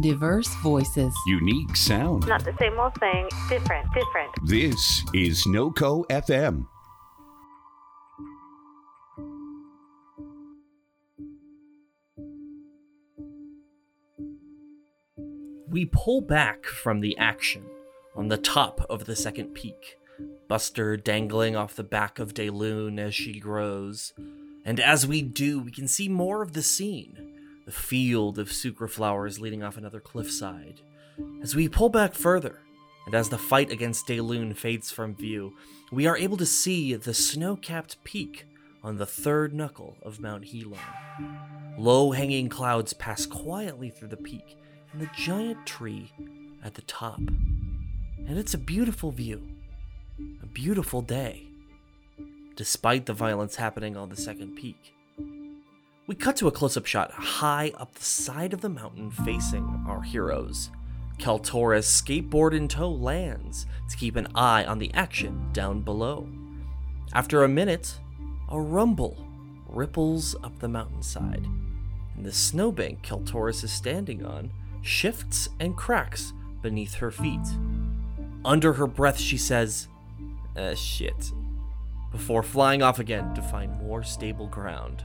Diverse voices. Unique sound. Not the same old thing. Different, different. This is NoCo FM. We pull back from the action on the top of the second peak, Buster dangling off the back of Dayloon as she grows. And as we do, we can see more of the scene the field of sucre flowers leading off another cliffside. As we pull back further, and as the fight against Dayloon fades from view, we are able to see the snow capped peak on the third knuckle of Mount Helon. Low hanging clouds pass quietly through the peak and the giant tree at the top. And it's a beautiful view. A beautiful day. Despite the violence happening on the second peak, we cut to a close up shot high up the side of the mountain facing our heroes. Kaltoris, skateboard in tow, lands to keep an eye on the action down below. After a minute, a rumble ripples up the mountainside, and the snowbank Kaltoris is standing on shifts and cracks beneath her feet. Under her breath, she says, uh, shit, before flying off again to find more stable ground.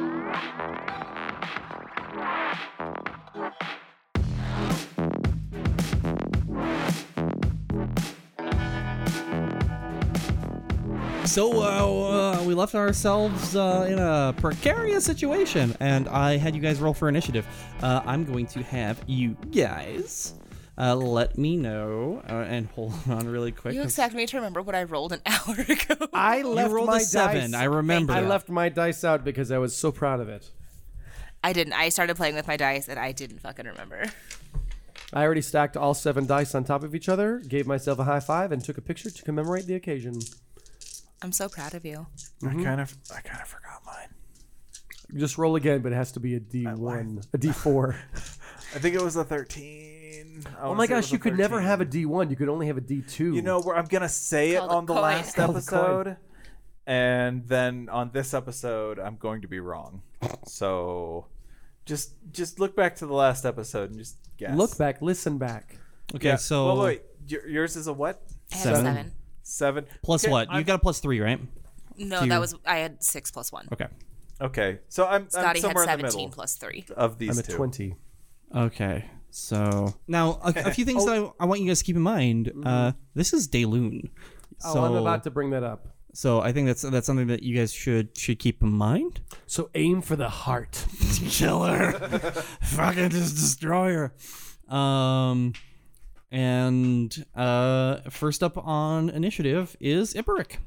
So uh, uh, we left ourselves uh, in a precarious situation, and I had you guys roll for initiative. Uh, I'm going to have you guys uh, let me know uh, and hold on really quick. You 'cause expect me to remember what I rolled an hour ago? I you left rolled my a seven. dice. I remember. I that. left my dice out because I was so proud of it. I didn't. I started playing with my dice and I didn't fucking remember. I already stacked all seven dice on top of each other, gave myself a high five, and took a picture to commemorate the occasion. I'm so proud of you. Mm-hmm. I kind of, I kind of forgot mine. Just roll again, but it has to be a D one, a D four. I think it was a thirteen. I oh wanna my say it was gosh, a you could never 13. have a D one. You could only have a D two. You know, where I'm gonna say it Called a on the coin. last Called a coin. episode, and then on this episode, I'm going to be wrong. So, just just look back to the last episode and just guess. look back, listen back. Okay, Yeah. so well, wait, y- yours is a what? I had Seven. seven. Seven. plus Okay, what? I'm- you got a plus three, right? No, Do you- that was I had six plus one. Okay. Okay, so I'm, I'm Scotty had somewhere in the seventeen middle plus three. of these I'm at two. twenty. Okay. So now a, a few Oh. things that I, I want you guys to keep in mind. Uh, this is Dayloon. So, Mm-hmm. oh, I'm about to bring that up. so I think that's that's something that you guys should should keep in mind. So aim for the heart. kill her. Fucking just destroy her. Um, and uh, first up on initiative is Iperic.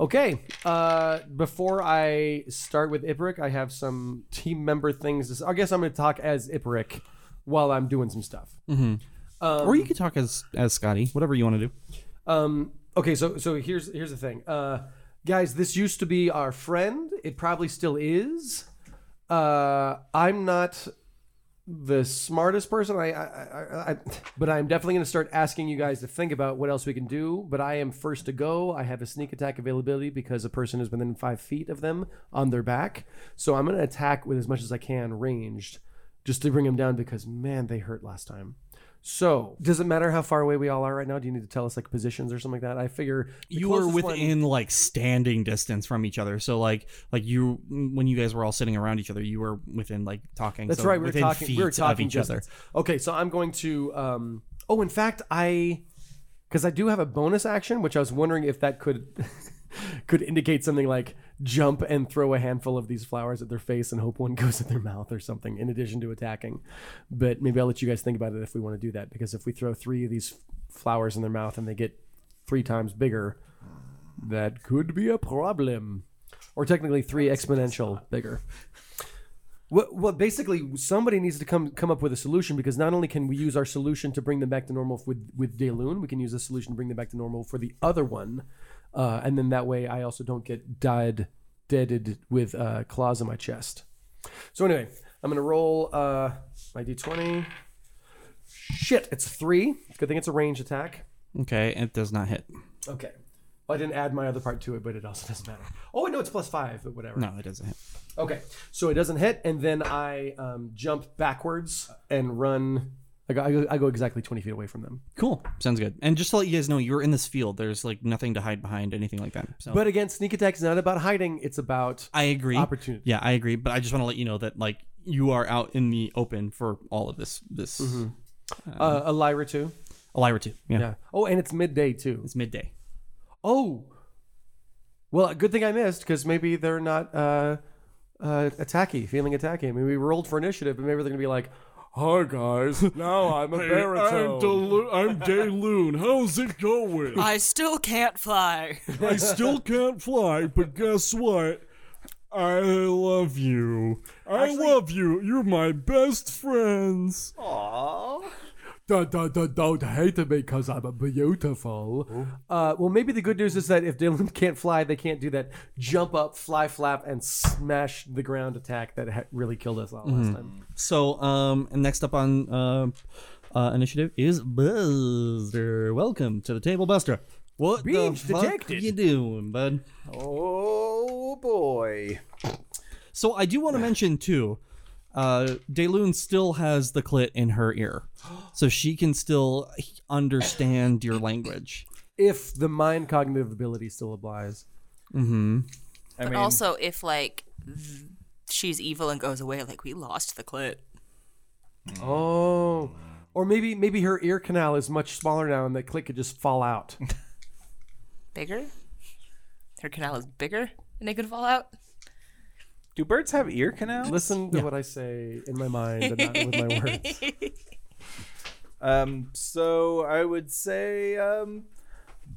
Okay. Uh, before I start with Iperic, I have some team member things. to s- I guess I'm going to talk as Iperic while I'm doing some stuff. or you could talk as as Scotty, whatever you want to do. Um, okay, so so here's here's the thing, uh, guys. This used to be our friend. It probably still is. Uh, I'm not the smartest person. I, I, I, I but I'm definitely going to start asking you guys to think about what else we can do. But I am first to go. I have a sneak attack availability because a person is within five feet of them on their back. So I'm going to attack with as much as I can ranged, just to bring them down because man, they hurt last time. So, does it matter how far away we all are right now? Do you need to tell us like positions or something like that? I figure the You were closest one- within like standing distance from each other, so like like you when you guys were all sitting around each other, you were within like talking. That's so right. We were within talking. Feet We were talking of each other. distance. Okay, so I'm going to. Um, oh, in fact, I because I do have a bonus action, which I was wondering if that could could indicate something like jump and throw a handful of these flowers at their face and hope one goes in their mouth or something. In addition to attacking, but maybe I'll let you guys think about it if we want to do that. Because if we throw three of these flowers in their mouth and they get three times bigger, that could be a problem. Or technically three exponential bigger. Well, well, basically, somebody needs to come come up with a solution because not only can we use our solution to bring them back to normal with with Dayloon, we can use a solution to bring them back to normal for the other one, uh, and then that way I also don't get died deaded with uh, claws in my chest. So anyway, I'm gonna roll uh, my d20. Shit, it's three. Good thing it's a range attack. Okay, it does not hit. Okay. Well, I didn't add my other part to it, but it also doesn't matter. Oh, no, it's plus five, but whatever. No, it doesn't hit. Okay, so it doesn't hit, and then I um, jump backwards and run. I go, I, go, I go exactly 20 feet away from them. Cool. Sounds good. And just to let you guys know, you're in this field. There's like nothing to hide behind, anything like that. So. But again, sneak attack is not about hiding, it's about I agree. Opportunity. Yeah, I agree. But I just want to let you know that like you are out in the open for all of this. This uh, a lyra too. a liar or two. Yeah. Yeah. Oh, and it's midday too. it's midday. Oh, well, good thing I missed because maybe they're not uh, uh, attacky, feeling attacky. I mean, we rolled for initiative, but maybe they're gonna be like, "Hi guys, now I'm a baritone." I'm Dayloon. How's it going? I still can't fly. I still can't fly, but guess what? I love you. I love you. You're my best friends. Don't, don't, don't, don't hate me because I'm a beautiful. Uh, well, maybe the good news is that if Dylan can't fly, they can't do that jump up, fly flap, and smash the ground attack that ha- really killed us all last time. So um, and next up on uh, uh, initiative is Buster. Welcome to the table, Buster. What Being the fuck detected. you doing, bud? Oh boy. So I do want to mention too, uh, Dayloon still has the clit in her ear, so she can still understand your language. If the mind cognitive ability still applies, I But mean, also, if like th- she's evil and goes away, like we lost the clit. oh, or maybe maybe her ear canal is much smaller now, and that click could just fall out. Bigger? Her canal is bigger and it could fall out? do birds have ear canals? Listen to what I say in my mind and not with my words. Um, so I would say um,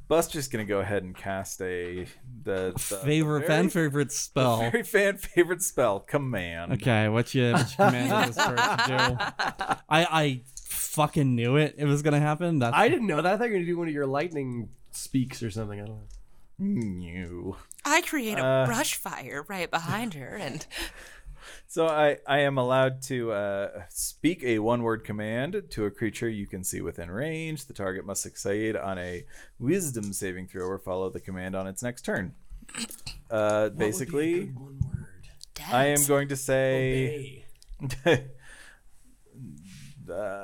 Buster's gonna go ahead and cast a the, the Favorite fan favorite spell. very fan favorite spell, command. Okay, what you, what you commanded this bird to do? I I fucking knew it. It was gonna happen. That's I didn't know that. I thought you were gonna do one of your lightning speaks or something. I don't know. You. I create a Uh. brush fire right behind her, and So I I am allowed to uh, speak a one word command to a creature you can see within range. The target must succeed on a Wisdom saving throw or follow the command on its next turn. Uh, basically, One word. I am going to say.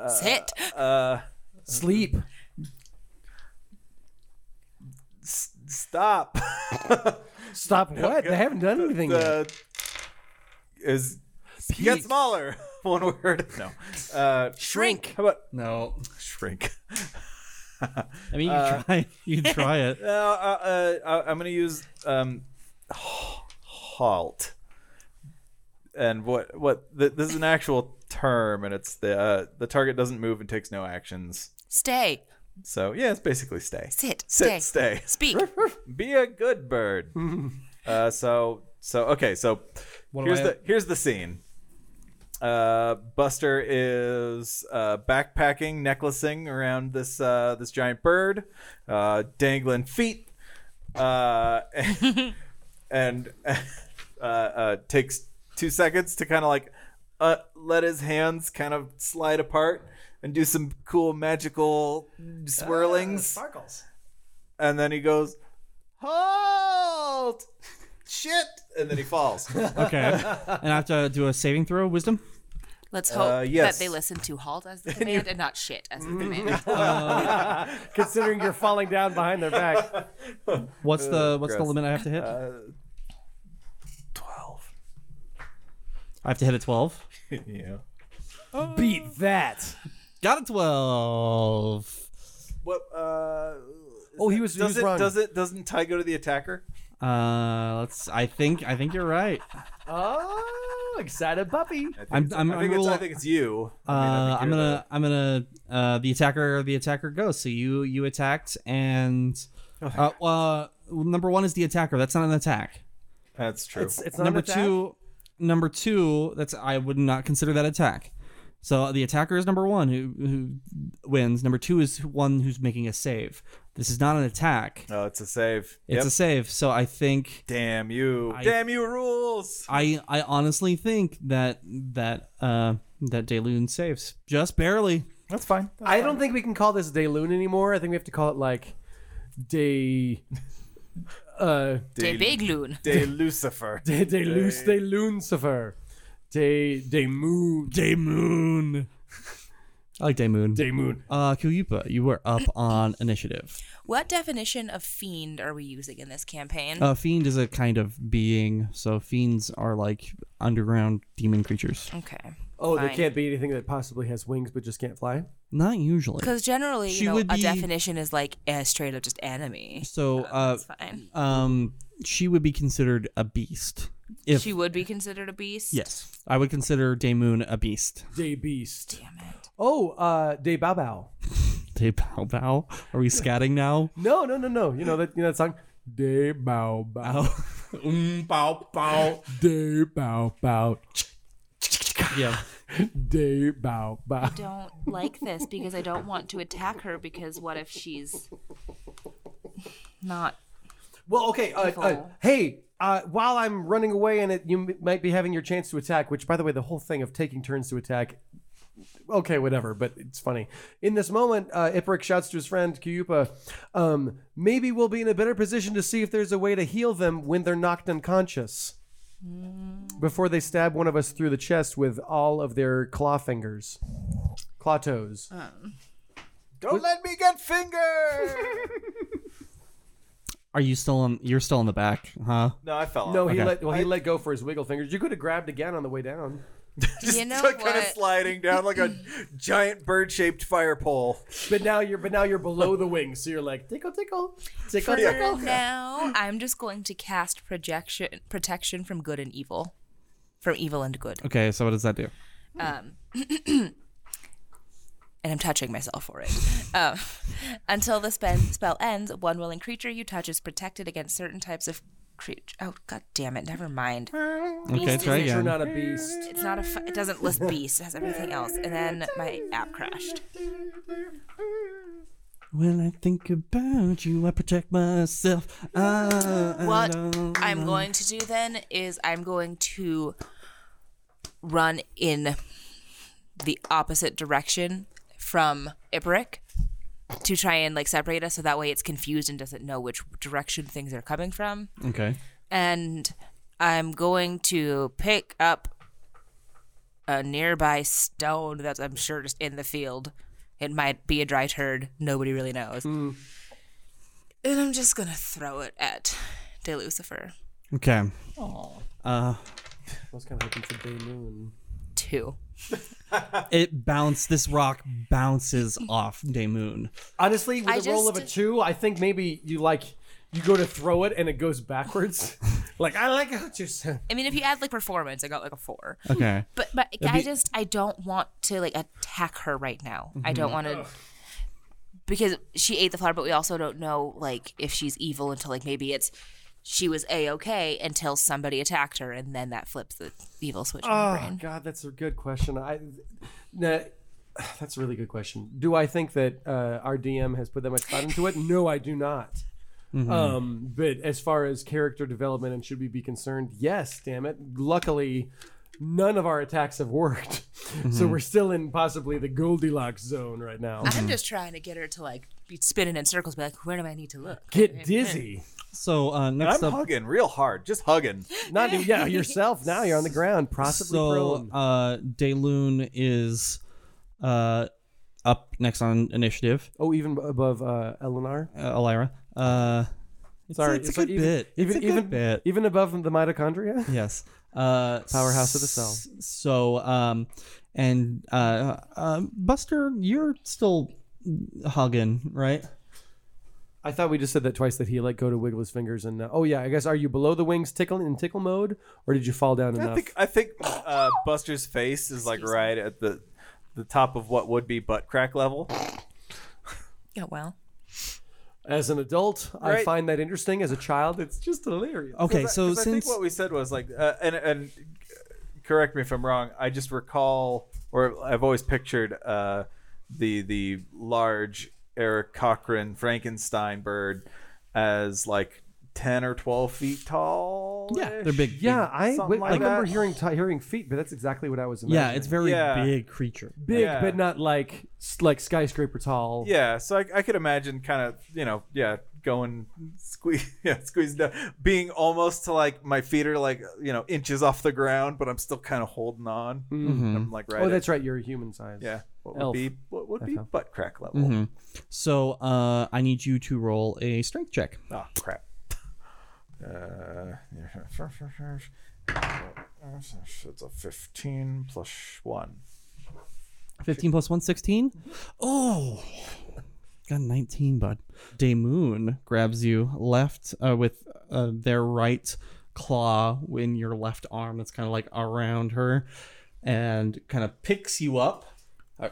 sit. uh, Sleep. s- stop. Stop what? They haven't done anything yet. the is get smaller. One word. No. Uh, Shrink. How about no. Uh, shrink? I mean, you try. You try it. Uh, uh, uh, I'm gonna use um, halt. And what what th- this is an actual term, and it's the uh, the target doesn't move and takes no actions. Stay. So yeah, it's basically stay, Sit. Stay. sit, stay. Speak. be a good bird. uh, so so okay. So here's I- the here's the scene. Uh, Buster is uh, backpacking, necklacing around this uh, this giant bird, uh, dangling feet, uh, and and, uh, uh, takes two seconds to kind of like uh, let his hands kind of slide apart and do some cool magical swirlings Sparkles. and then he goes, "Halt! Shit!" And then he falls. Okay, and I have to do a saving throw. Wisdom. Let's Uh, hope yes. that they listen to halt as the command and not shit as the command. Considering you're falling down behind their back. What's the what's the gross. limit I have to hit? Twelve. I have to hit a twelve. Yeah. Beat that. Got a twelve. What? Uh, Oh, he was, he does was it? wrong. Does it? Doesn't tie go to the attacker? Uh, let's. I think. I think you're right. Oh, excited puppy. I'm. I'm. I I'm think, it's, I rule- think it's you. uh, I'm gonna. I'm gonna. Uh, the attacker. The attacker goes. So you. You attacked, and. Oh, Uh, uh, number one is the attacker. That's not an attack. That's true. It's, it's not number an attack. two. Number two. That's. I would not consider that attack. So the attacker is number one who who wins. Number two is one who's making a save. This is not an attack. No, it's a save. It's yep. a save. So I think. Damn you! Damn you rules! I I honestly think that that uh that Dayloon saves just barely. That's fine. I don't think we can call this Dayloon anymore. I think we have to call it like Day. Uh, Day, De big loon. Day Lucifer. day, day loose, day lucifer, day day moon, Day Moon. I like Day Moon. day moon. Uh, Kuyupa, you were up on initiative. What definition of fiend are we using in this campaign? Uh, fiend is a kind of being, so fiends are like underground demon creatures. okay. Oh, there Fine. can't be anything that possibly has wings but just can't fly. Not usually. Because generally, She you know, a would be- definition is like a straight up just enemy. So, uh, That's fine. um, she would be considered a beast. If she would be considered a beast. yes, I would consider Day Moon a beast. Day beast. Damn it. Oh, uh, day bao bao. Day Bow Bow. Are we scatting now? No, no, no, no. You know that you know that song. Day bao bao. Um, Mm, bow bow. Day bao bao. Yeah. Day bao bao. don't like this because I don't want to attack her because what if she's not Well, okay. Uh, uh, hey, uh, while I'm running away, and it, you m- might be having your chance to attack. Which, by the way, the whole thing of taking turns to attack. Okay, whatever. But it's funny. In this moment, uh, Iprik shouts to his friend Kyupa, um, "Maybe we'll be in a better position to see if there's a way to heal them when they're knocked unconscious." Before they stab one of us through the chest with all of their claw fingers, claw toes. Don't let me get fingered. Are you still on? You're still in the back, huh? no, I fell off. no, he okay. let well, he let go for his wiggle fingers. You could have grabbed again on the way down. just You know kind of what? sliding down like a giant bird-shaped fire pole. But now you're but now you're below the wing, so you're like tickle tickle tickle For tickle. now, I'm just going to cast projection protection from good and evil, from evil and good. Okay, so what does that do? Um, and I'm touching myself for it. Um, until the spell, spell ends, one willing creature you touch is protected against certain types of creature. Oh, god damn it! Never mind. Okay, try You're again. not a beast. It's not a. Fu- it doesn't list beast. It has everything else. And then my app crashed. When I think about you, I protect myself. Ah, I, I What don't- I'm going to do then is I'm going to run in the opposite direction from Iperic to try and like separate us so that way it's confused and doesn't know which direction things are coming from. ah, Okay. And I'm going to pick up a nearby stone that's I'm sure just in the field. It might be a dry turd. Nobody really knows. And I'm just gonna throw it at De Lucifer. Okay. Uh, I was kind of hoping for Day Moon. two. it bounced. This rock bounces off Day Moon. Honestly, with I the roll of a just- two, I think maybe you like you go to throw it and it goes backwards. like I like how you said. I mean, if you add like performance, I got like a four. Okay. But but I just I don't want to like attack her right now. I don't want to because she ate the flower, but we also don't know like if she's evil until like maybe it's she was a okay until somebody attacked her, and then that flips the evil switch in her Oh brain. God, that's a good question. I, nah, that's a really good question. Do I think that uh, our DM has put that much thought into it? No, I do not. Mm-hmm. Um, but as far as character development and should we be concerned? Yes, damn it. Luckily, none of our attacks have worked, Mm-hmm. so we're still in possibly the Goldilocks zone right now. I'm just trying to get her to like be spinning in circles, be like, where do I need to look? Get dizzy. So uh, next I'm up, hugging real hard. Just hugging. Not even, yeah, yourself. Now you're on the ground, possibly so prone. uh, Dayloon is uh, up next on initiative. Oh, even above uh, Eleanor. Uh, Elira. Uh, it's, Sorry, it's a so good bit. it's Even a good even bit. even above the mitochondria. Yes. Uh, Powerhouse of the cell. s- So, um, and uh, uh, Buster, you're still hugging, right? I thought we just said that twice that he let go to wiggle his fingers and uh, oh yeah, I guess are you below the wings tickle in tickle mode or did you fall down enough? I think I think uh, Buster's face is like right at the the top of what would be butt crack level. Yeah, Oh, well, As an adult, I Right. find that interesting. As a child, it's just hilarious. Okay, 'Cause I- so 'cause I think since what we said was like, uh, and and correct me if I'm wrong. I just recall, or I've always pictured uh, the the large Eric Cochran Frankenstein bird as like ten or twelve feet tall. middle. Yeah, they're big. Yeah, I, Something wait, like I remember that. hearing t- hearing feet, but that's exactly what I was big. imagining. Yeah, it's very Yeah. big creature. big, Yeah. but not like s- like skyscraper tall. Yeah, so I, I could imagine kind of you know yeah going squeeze yeah squeezing down, being almost to like my feet are like you know inches off the ground, but I'm still kind of holding on. I'm like right. Oh, that's right. You're a human size. yeah. What Elf. Mm-hmm. would be what would be butt crack level? So uh, I need you to roll a strength check. Oh crap. Uh, it's a 15 plus one. 15 plus 1, 16. Oh, got 19, bud. Daymoon grabs you left uh, with uh, their right claw in your left arm that's kind of like around her and kind of picks you up, uh,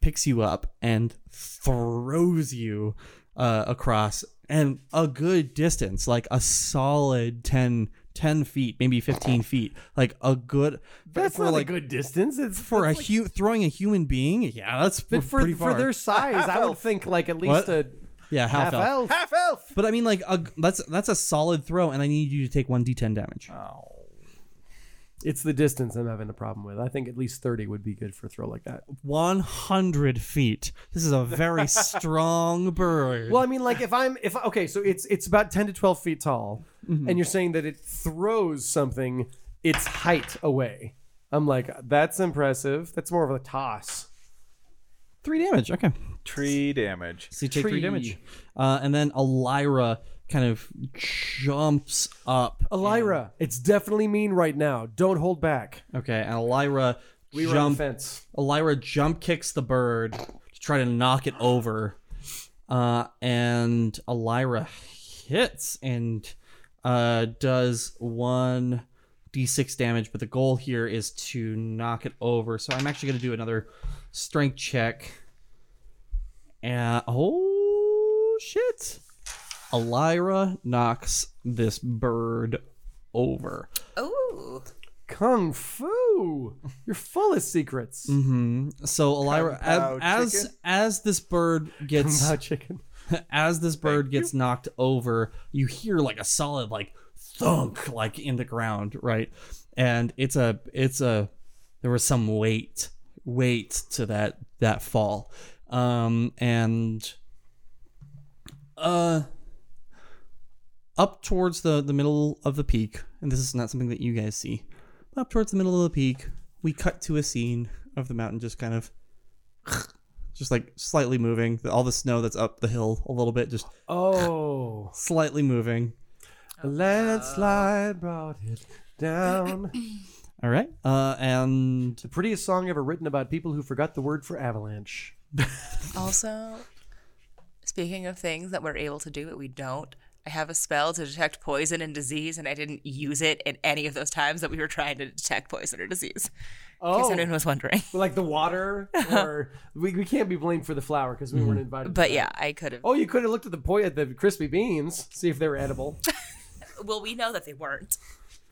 picks you up and throws you uh, across and a good distance, like a solid 10, 10 feet, maybe 15 feet, like a good, that's for not like a good distance. It's for a hu- throwing a human being, yeah, that's but for, for pretty for far. their size, I would think like at What? least a yeah, half, half elf. elf. Half elf. But I mean, like, a, that's that's a solid throw, and I need you to take one d10 damage. It's the distance I'm having a problem with. I think at least thirty would be good for a throw like that. One hundred feet. This is a very strong bird. Well, I mean, like if I'm if okay, so it's it's about ten to twelve feet tall, and you're saying that it throws something its height away. I'm like, that's impressive. That's more of a toss. Three damage. Okay. Tree damage. So you take Tree. three damage, uh, and then Elira kind of jumps up. Elira, it's definitely mean right now. Don't hold back. Okay, and Elira We were on the jump. fence. Elira jump kicks the bird to try to knock it over. Uh, and Elira hits and uh, does one d6 damage, but the goal here is to knock it over. So I'm actually going to do another strength check. And oh shit. Elira knocks this bird over. Ooh. Kung Fu. You're full of secrets. So Elira Kung Pao as as, chicken? as this bird gets Wow, chicken. as this bird gets knocked over, you hear like a solid like thunk like in the ground, right? And it's a it's a there was some weight weight to that that fall. Um and uh up towards the the middle of the peak, and this is not something that you guys see. But up towards the middle of the peak, we cut to a scene of the mountain just kind of just like slightly moving. The- All the snow that's up the hill a little bit, just Oh, slightly moving. a landslide brought it down. All right. Uh, and the prettiest song ever written about people who forgot the word for avalanche. Also, speaking of things that we're able to do but we don't, I have a spell to detect poison and disease, and I didn't use it in any of those times that we were trying to detect poison or disease. In case anyone was wondering. like the water, or we, we can't be blamed for the flower because we weren't invited. Mm-hmm. But yeah, I could have. Oh, you could have looked at the po- at the crispy beans, see if they were edible. Well, we know that they weren't.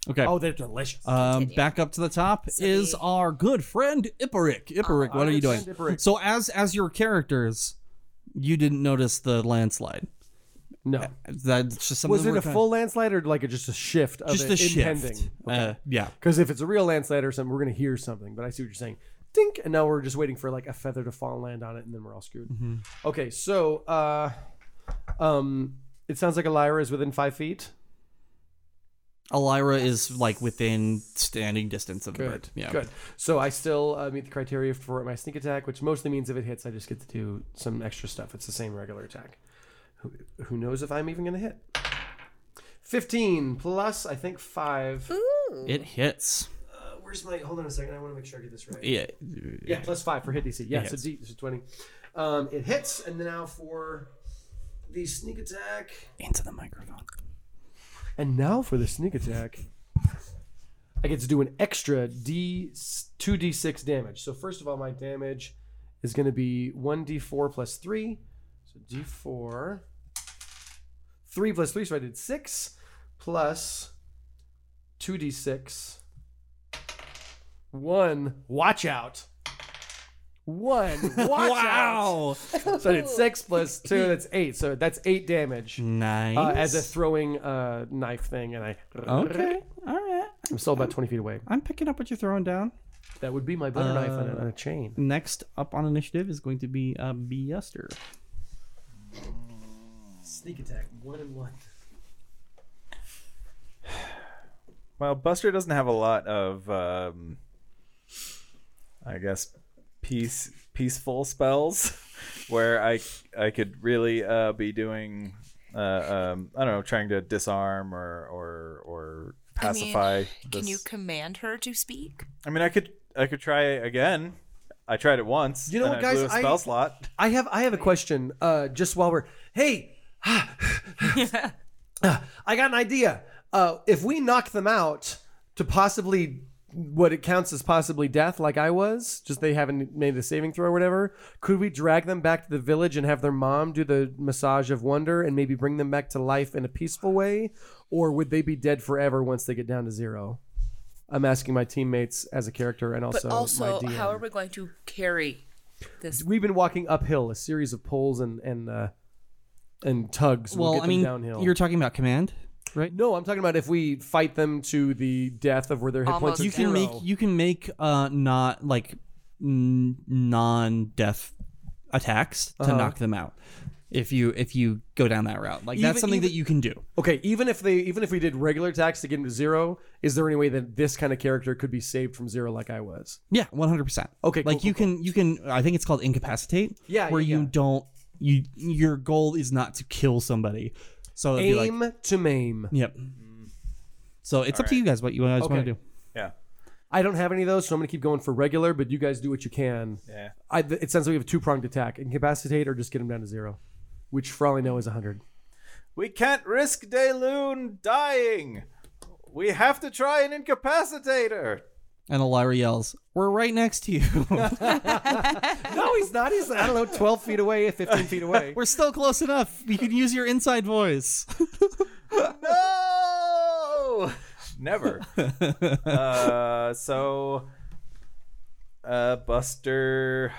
okay. oh, they're delicious. Um, back up to the top is our good friend Iperic. Iperic, what are you doing? Ah, Iperic. So as as your characters, you didn't notice the landslide. no, That's just something. was it we're a trying- full landslide or like a, just a shift? Of Just it a shift. impending? Uh, yeah. Because if it's a real landslide or something, we're gonna hear something. But I see what you're saying. Dink, and now we're just waiting for like a feather to fall and land on it, and then we're all screwed. Mm-hmm. Okay, so uh, um, it sounds like Elira is within five feet. Elira is like within standing distance of the bird. Yeah. Good. So I still uh, meet the criteria for my sneak attack, which mostly means if it hits, I just get to do some extra stuff. It's the same regular attack. Who, who knows if I'm even going to hit? 15 plus, I think, 5. It hits. Uh, where's my. Hold on a second. I want to make sure I get this right. Yeah, Yeah. plus 5 for hit DC. Yeah, so hits. D, so 20. Um, it hits, and then now for the sneak attack. Into the microphone. And now for the sneak attack. I get to do an extra D two D six damage. So first of all, my damage is going to be one D four plus three. So D four, three plus three. So I did six plus two D six. One. Watch out. one. Watch out. Wow. So it's six plus two. That's eight. So that's eight damage. Nice. Uh, as a throwing uh, knife thing, and I okay. All right. I'm still about 20 feet away. I'm picking up what you're throwing down. That would be my butter knife on a, on a chain. Next up on initiative is going to be uh, Buster. Sneak attack, one and one. Well, Buster doesn't have a lot of, um, I guess, peace peaceful spells where I I could really uh, be doing, uh, um, I don't know, trying to disarm or or or pacify. Can this- you command her to speak? I mean, I could I could try again. I tried it once. You know and what, I blew guys? a spell I- slot. I have I have a question. Uh, just while we're hey, Uh, I got an idea. Uh, if we knock them out to possibly what it counts as possibly death, like I was, just they haven't made a saving throw or whatever, could we drag them back to the village and have their mom do the massage of wonder and maybe bring them back to life in a peaceful way, or would they be dead forever once they get down to zero? I'm asking my teammates as a character and also, But also, my DM. how are we going to carry We've been walking uphill, a series of pulls and and uh, and tugs. will Well, get I them mean, downhill. you're talking about command, right? no, I'm talking about if we fight them to the death of where their hit Almost points are You can zero. make you can make uh not like n- non-death attacks to Uh-huh. knock them out. If you if you go down that route, like Even- that's something even- that you can do. okay, even if they even if we did regular attacks to get them to zero, is there any way that this kind of character could be saved from zero like I was? Yeah, one hundred percent. Okay, cool, like cool, you can you can. I think it's called incapacitate. Yeah, where yeah, you yeah. don't you your goal is not to kill somebody. So it'd be Aim like to maim. yep. So it's up to you guys what you guys want Okay. to do. Yeah. I don't have any of those, so I'm gonna keep going for regular. But you guys do what you can. Yeah. I, th- it sounds like we have a two pronged attack: incapacitate or just get them down to zero, which for all I know is hundred. We can't risk Dayloon dying. We have to try an incapacitator. And Alara yells, "We're right next to you. No, he's not. He's I don't know, twelve feet away, fifteen feet away. We're still close enough. You can use your inside voice." No! Never. uh, so, uh, Buster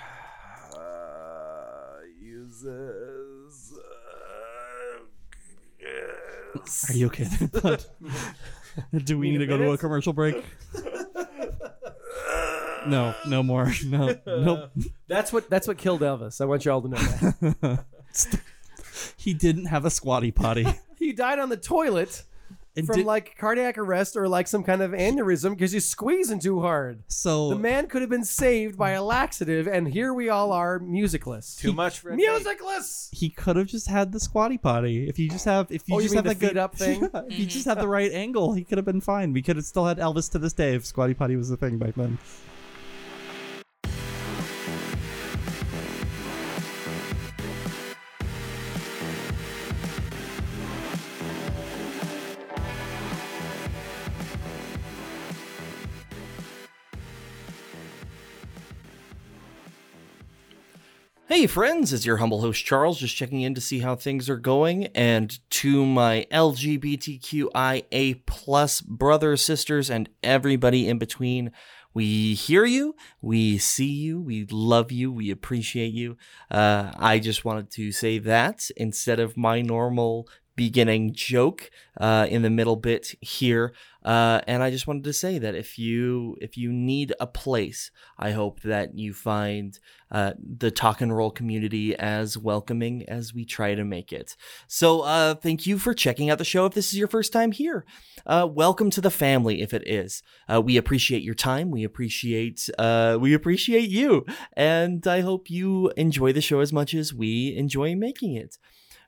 uh, uses. Uh, Are you okay? there, bud? Do we need to go to a commercial break? no, no more. No, nope. That's what that's what killed Elvis. I want you all to know that. He didn't have a squatty potty. he died on the toilet And from did- like cardiac arrest or like some kind of aneurysm because he's squeezing too hard. so The man could have been saved by a laxative, and here we all are musicless. too much red tape. Musicless. he could have just had the squatty potty. If you just have, if you Oh, you just mean have the that good feet up thing? Mm-hmm. Yeah, if you just had the right angle, he could have been fine. We could have still had Elvis to this day if squatty potty was the thing back then. Hey friends, it's your humble host Charles, just checking in to see how things are going. And to my LGBTQIA plus brothers, sisters, and everybody in between, we hear you, we see you, we love you, we appreciate you. Uh, I just wanted to say that instead of my normal beginning joke uh, in the middle bit here. Uh, and I just wanted to say that if you if you need a place, I hope that you find uh, the talk and roll community as welcoming as we try to make it. So, uh, thank you for checking out the show. If this is your first time here, uh, welcome to the family. If it is, uh, we appreciate your time. We appreciate uh, we appreciate you, and I hope you enjoy the show as much as we enjoy making it.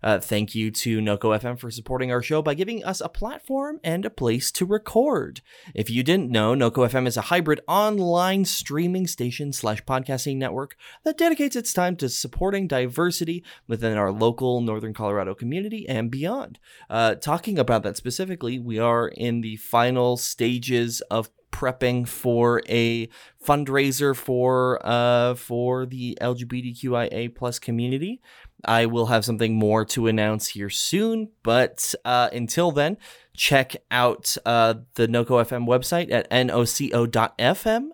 Uh, thank you to Noco FM for supporting our show by giving us a platform and a place to record. If you didn't know, Noco FM is a hybrid online streaming station slash podcasting network that dedicates its time to supporting diversity within our local Northern Colorado community and beyond. Uh, talking about that specifically, we are in the final stages of prepping for a fundraiser for uh, for the LGBTQIA plus community. I will have something more to announce here soon, but uh, until then, check out uh, the NOCO FM website at noco.fm.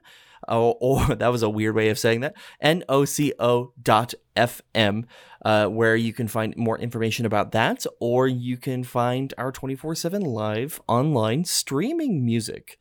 or, or that was a weird way of saying that, noco.fm, uh, where you can find more information about that, or you can find our 24 7 live online streaming music.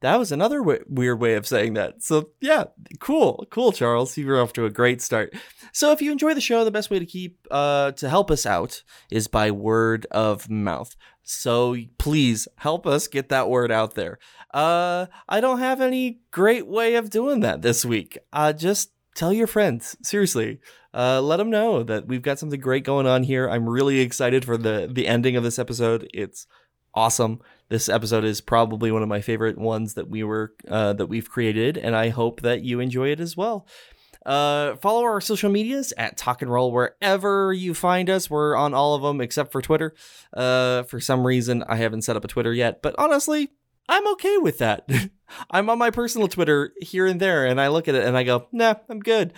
That was another w- weird way of saying that. So, yeah, cool, cool, Charles. You were off to a great start. So, if you enjoy the show, the best way to keep uh, to help us out is by word of mouth. So please help us get that word out there. Uh, I don't have any great way of doing that this week. Uh, just tell your friends. Seriously, uh, let them know that we've got something great going on here. I'm really excited for the the ending of this episode. It's awesome. This episode is probably one of my favorite ones that we were uh, that we've created, and I hope that you enjoy it as well. Uh, follow our social medias at Talk and Roll wherever you find us. We're on all of them except for Twitter. Uh, for some reason, I haven't set up a Twitter yet, but honestly, I'm okay with that. I'm on my personal Twitter here and there, and I look at it and I go, nah, I'm good.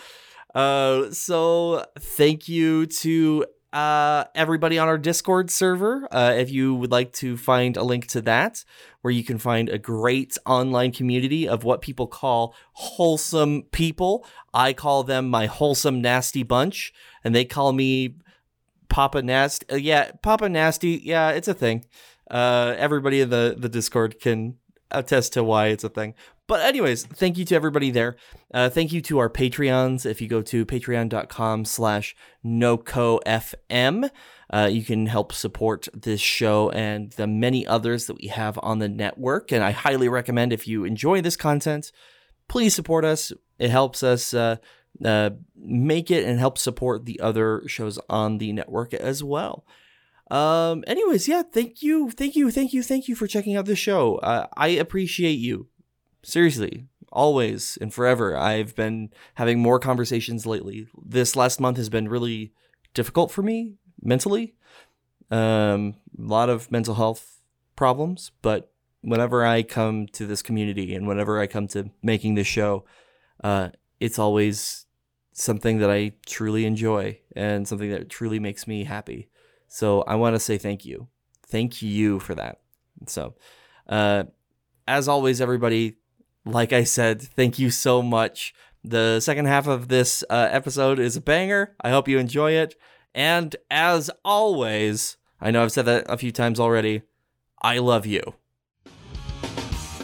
Uh, so thank you to uh everybody on our discord server uh if you would like to find a link to that where you can find a great online community of what people call wholesome people i call them my wholesome nasty bunch and they call me papa nasty uh, yeah papa nasty yeah it's a thing uh everybody in the the discord can attest to why it's a thing but anyways thank you to everybody there uh, thank you to our Patreons. If you go to patreon.com slash nocofm, uh, you can help support this show and the many others that we have on the network. And I highly recommend if you enjoy this content, please support us. It helps us uh, uh, make it and help support the other shows on the network as well. Um, anyways, yeah, thank you, thank you, thank you, thank you for checking out the show. Uh, I appreciate you. Seriously, always and forever. I've been having more conversations lately. This last month has been really difficult for me mentally. Um, a lot of mental health problems, but whenever I come to this community and whenever I come to making this show, uh, it's always something that I truly enjoy and something that truly makes me happy. So I want to say thank you. Thank you for that. So, uh, as always, everybody, like I said, thank you so much. The second half of this uh, episode is a banger. I hope you enjoy it. And as always, I know I've said that a few times already. I love you.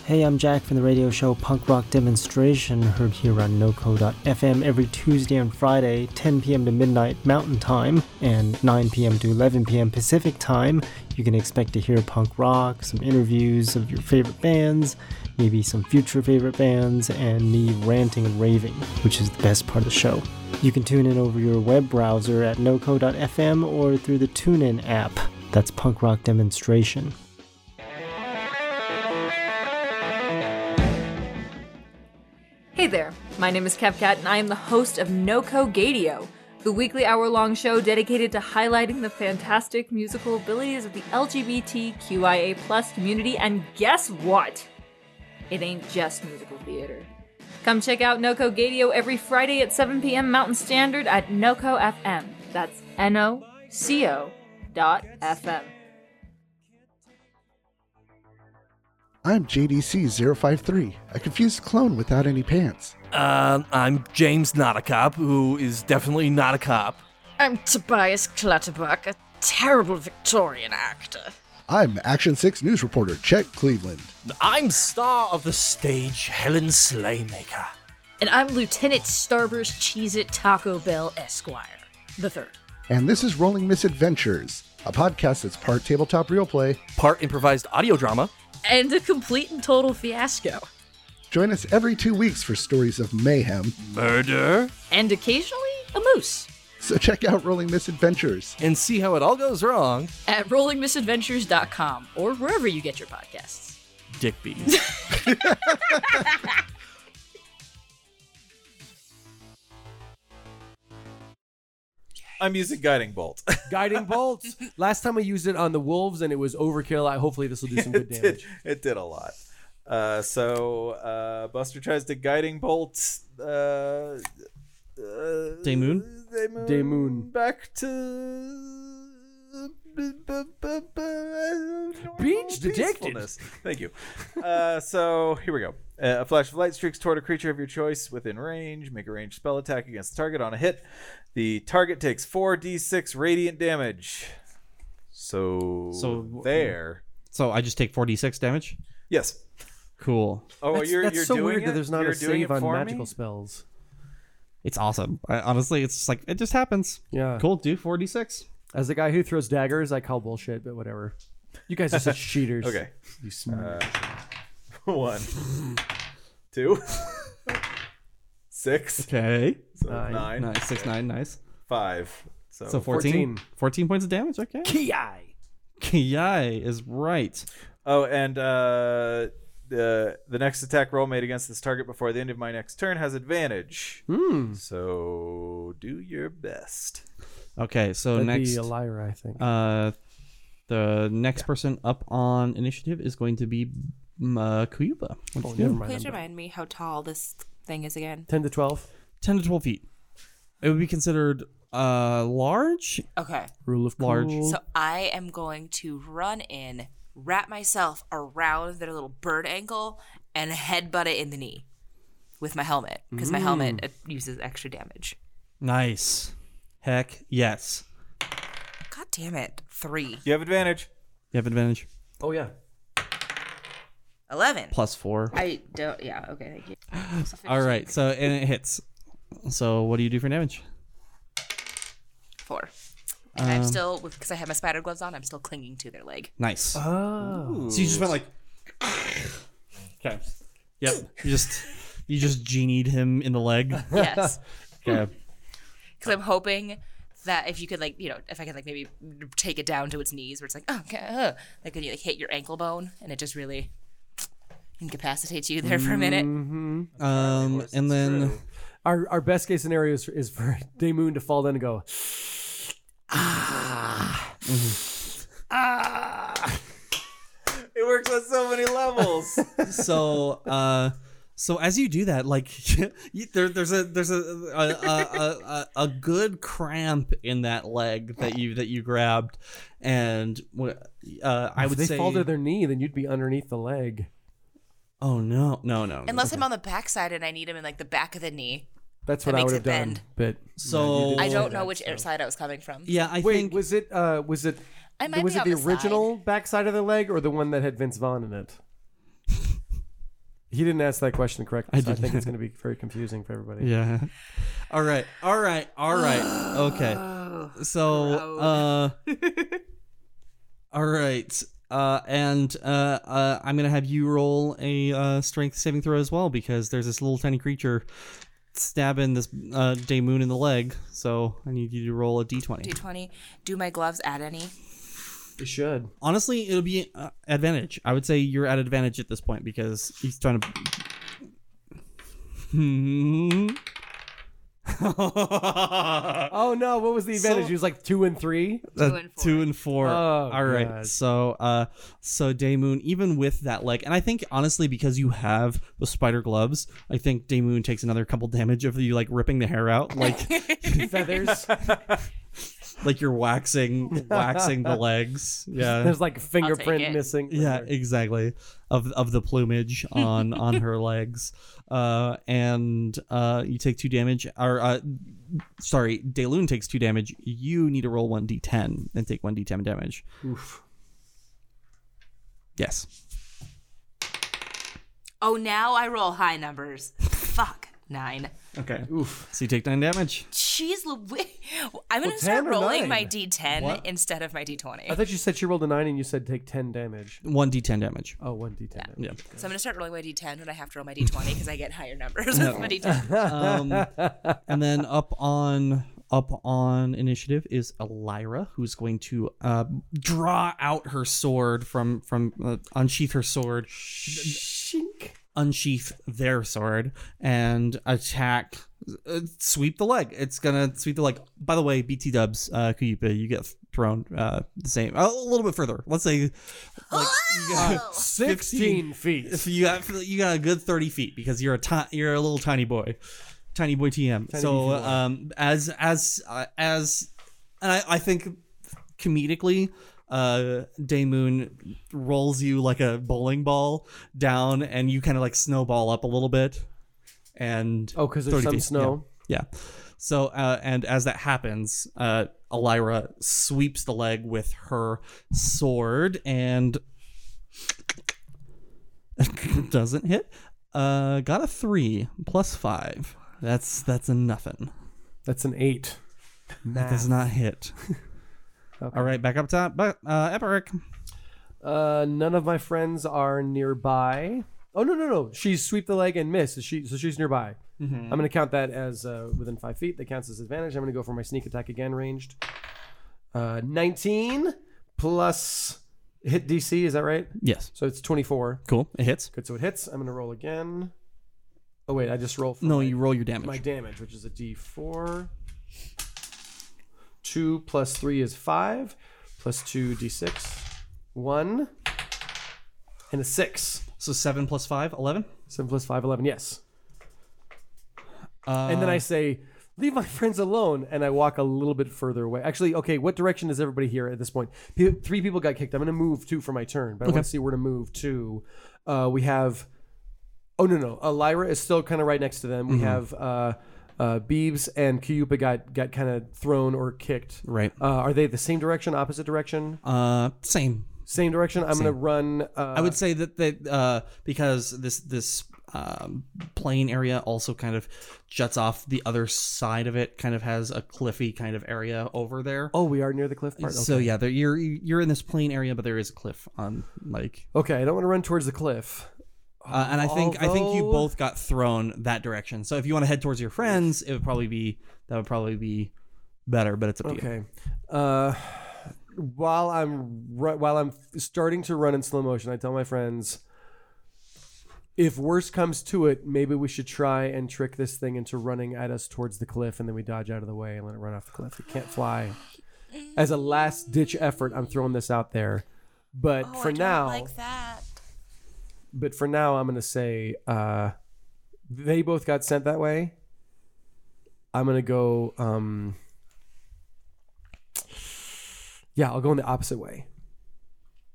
Hey, I'm Jack from the radio show Punk Rock Demonstration, heard here on NoCo.fm every Tuesday and Friday, 10 p.m. to midnight Mountain Time, and 9 p.m. to 11 p.m. Pacific Time. You can expect to hear punk rock, some interviews of your favorite bands, maybe some future favorite bands, and me ranting and raving, which is the best part of the show. You can tune in over your web browser at NoCo.fm or through the TuneIn app. That's Punk Rock Demonstration. Hey there, my name is KevCat, and I am the host of NoCo Gadio, the weekly hour long show dedicated to highlighting the fantastic musical abilities of the LGBTQIA community. And guess what? It ain't just musical theater. Come check out NoCo Gadio every Friday at 7 p.m. Mountain Standard at NoCo FM. That's N O C O dot FM. I'm JDC053, a confused clone without any pants. Um, I'm James Not a Cop, who is definitely not a cop. I'm Tobias Clutterbuck, a terrible Victorian actor. I'm Action 6 news reporter Chet Cleveland. I'm star of the stage, Helen Slaymaker. And I'm Lieutenant Starburst Cheez It Taco Bell Esquire, the third. And this is Rolling Misadventures, a podcast that's part tabletop real play, part improvised audio drama, and a complete and total fiasco. Join us every two weeks for stories of mayhem, murder, and occasionally a moose. So check out Rolling Misadventures and see how it all goes wrong at rollingmisadventures.com or wherever you get your podcasts. Dick bees. I'm using guiding bolt. Guiding bolts. Last time we used it on the wolves and it was overkill. I hopefully this will do some good it, did, damage. it did a lot. Uh, so uh, Buster tries to guiding bolt. Uh, uh, Daemoon? Daemoon. Daemoon. Back to. Beach dejected. Peacefulness. Thank you. Uh, so here we go. Uh, a flash of light streaks toward a creature of your choice within range. Make a ranged spell attack against the target on a hit. The target takes 4d6 radiant damage. So, So- there. So I just take 4d6 damage? Yes. Cool. Oh, That's- you're, that's you're so doing weird that it? there's not You're a doing save it on for me? magical spells. It's awesome. I, honestly, it's just like, it just happens. Yeah. Cool, do 4d6. As the guy who throws daggers, I call bullshit, but whatever. You guys are such cheaters. Okay. You smart. Uh, one, two, six. Okay. So nine. Nice. Six, nine, nice. Five. Oh, So, So 14, 14. points of damage, okay. Ki Ki is right. Oh, and uh, the the next attack roll made against this target before the end of my next turn has advantage. Hmm. So do your best. Okay, so That'd next be a liar, I think. Uh, the next person up on initiative is going to be mm, uh, Kuyuba. What'd you do? Please remind me how tall this thing is again. 10 to 12. 10 to 12 feet. It would be considered uh large. Okay. Rule of large. So I am going to run in, wrap myself around their little bird ankle, and headbutt it in the knee with my helmet because my helmet Mm. uh, uses extra damage. Nice. Heck yes. God damn it! Three. You have advantage. You have advantage. Oh yeah. Eleven. Plus four. I don't. Yeah. Okay. Thank you. All right. So and it hits. So what do you do for damage? Four. And I'm Um, still because I have my spider gloves on. I'm still clinging to their leg. Nice. Oh. So you just went like. okay. Yep. You just you just genied him in the leg. Yes. okay. Because I'm hoping that if you could like you know if I could like maybe take it down to its knees where it's like oh okay, uh, like when you like hit your ankle bone and it just really incapacitates you there for a minute. Mhm. Um, and then our our best case scenario is, is for Daymoon to fall down and go. Ah. Ah! It works on so many levels. so uh so as you do that like you, there, there's a there's a a, a, a a good cramp in that leg that you that you grabbed and wh- uh i if would they say fall to their knee, then you'd be underneath the leg. oh no no no no. Unless I'm on the backside and I need him in like the back of the knee. That's That what I makes it would have done. bend. But So- I don't know which side I was coming from. Wait, was it uh was it I might was be it on the the original backside of the leg or the one that had Vince Vaughn in it? he didn't ask that question correctly. I so I think didn't. it's going to be very confusing for everybody. yeah all right all right all right okay so uh all right uh and uh, uh i'm gonna have you roll a uh strength saving throw as well because there's this little tiny creature stabbing this uh day moon in the leg so i need you to roll a d20 D20. Do my gloves add any? You should. honestly it'll be uh, advantage i would say you're at advantage at this point because he's trying to Hmm. oh no, what was the advantage? So- he was like 2 and 3. Uh, two and four. Oh, All right. God. So, uh, so Daymoon, even with that leg, and I think honestly, because you have the spider gloves, I think Daymoon takes another couple damage of you like ripping the hair out, like feathers. like you're waxing, waxing the legs. Yeah. There's like a it. fingerprint missing. Yeah, exactly. Of of the plumage on on her legs, uh, and uh, you take two damage. Or uh, sorry, Dayloon takes two damage. You need to roll one d10 and take one d10 damage. Oof. Yes. Oh, now I roll high numbers. Fuck. Nine. Okay. Oof. So you take nine damage. Jeez, Louis. I'm going to 10 start or rolling my nine? D10 What? instead of my D20. I thought you said she rolled a 9 and you said take 10 damage. One d10 damage. Oh, 1d10. Yeah. so I'm going to start rolling my D10 when I have to roll my D20 because I get higher numbers No. with my D10. um, and then up on up on initiative is Elira, who's going to uh, draw out her sword from from uh, unsheath her sword, unsheath their sword, and attack. Uh, sweep the leg. It's gonna sweep the leg. By the way, BT Dubs, uh, Kuyupa, you get thrown uh, the same a little bit further. Let's say like you got 16 feet. If you got you got a good thirty feet because you're a ti- you're a little tiny boy, tiny boy TM. Tiny so boy. um, as as uh, as, and I, I think comedically. uh, Daymoon rolls you like a bowling ball down, and you kind of like snowball up a little bit. And Oh, 'cause 30 there's some feet, yeah. snow. Yeah. So, uh, and as that happens, uh, Elira sweeps the leg with her sword and doesn't hit. Uh, got a three plus five. That's that's a nothing. That's an eight. That does not hit. All right, back up top. But uh, Epiric. Uh, none of my friends are nearby. Oh no no no! She sweep the leg and miss. So she so she's nearby. Mhm. I'm gonna count that as uh, within five feet. That counts as advantage. I'm gonna go for my sneak attack again, ranged. Uh, 19 plus hit DC. Is that right? Yes. So it's 24. Cool. It hits. Good. So it hits. I'm gonna roll again. Oh wait, I just roll. For No, my- you roll your damage. My damage, which is a D4. Two plus three is five, plus two D6. One and a six. So seven plus five, eleven. Seven plus five, eleven. Yes. and Uh. then I say, "Leave my friends alone," and I walk a little bit further away. Actually, okay, what direction is everybody here at this point? Pe- Three people got kicked. I'm going to move two for my turn, but I Okay. want to see where to move to. Uh, we have. Oh no no, uh, Lyra is still kind of right next to them. We Mhm. have. Uh, uh, Beebs and Kiyupa got got kind of thrown or kicked. Right. Uh, are they the same direction, opposite direction? Uh, same. Same direction. I'm gonna Same. run. Uh, I would say that they uh, because this this um, plain area also kind of juts off the other side of it. Kind of has a cliffy kind of area over there. Oh, we are near the cliff part. So Okay. yeah, there, you're you're in this plain area, but there is a cliff on like. Okay, I don't want to run towards the cliff. Uh, and I think I think you Although- both got thrown that direction. So if you want to head towards your friends, it would probably be that would probably be better. But it's up to you. Okay. Uh, while I'm ru- while I'm starting to run in slow motion, I tell my friends, if worse comes to it, maybe we should try and trick this thing into running at us towards the cliff, and then we dodge out of the way and let it run off the cliff. It can't fly. As a last ditch effort, I'm throwing this out there. But for now, but for now, I'm gonna say uh, they both got sent that way. I'm gonna go. Um, yeah, I'll go in the opposite way,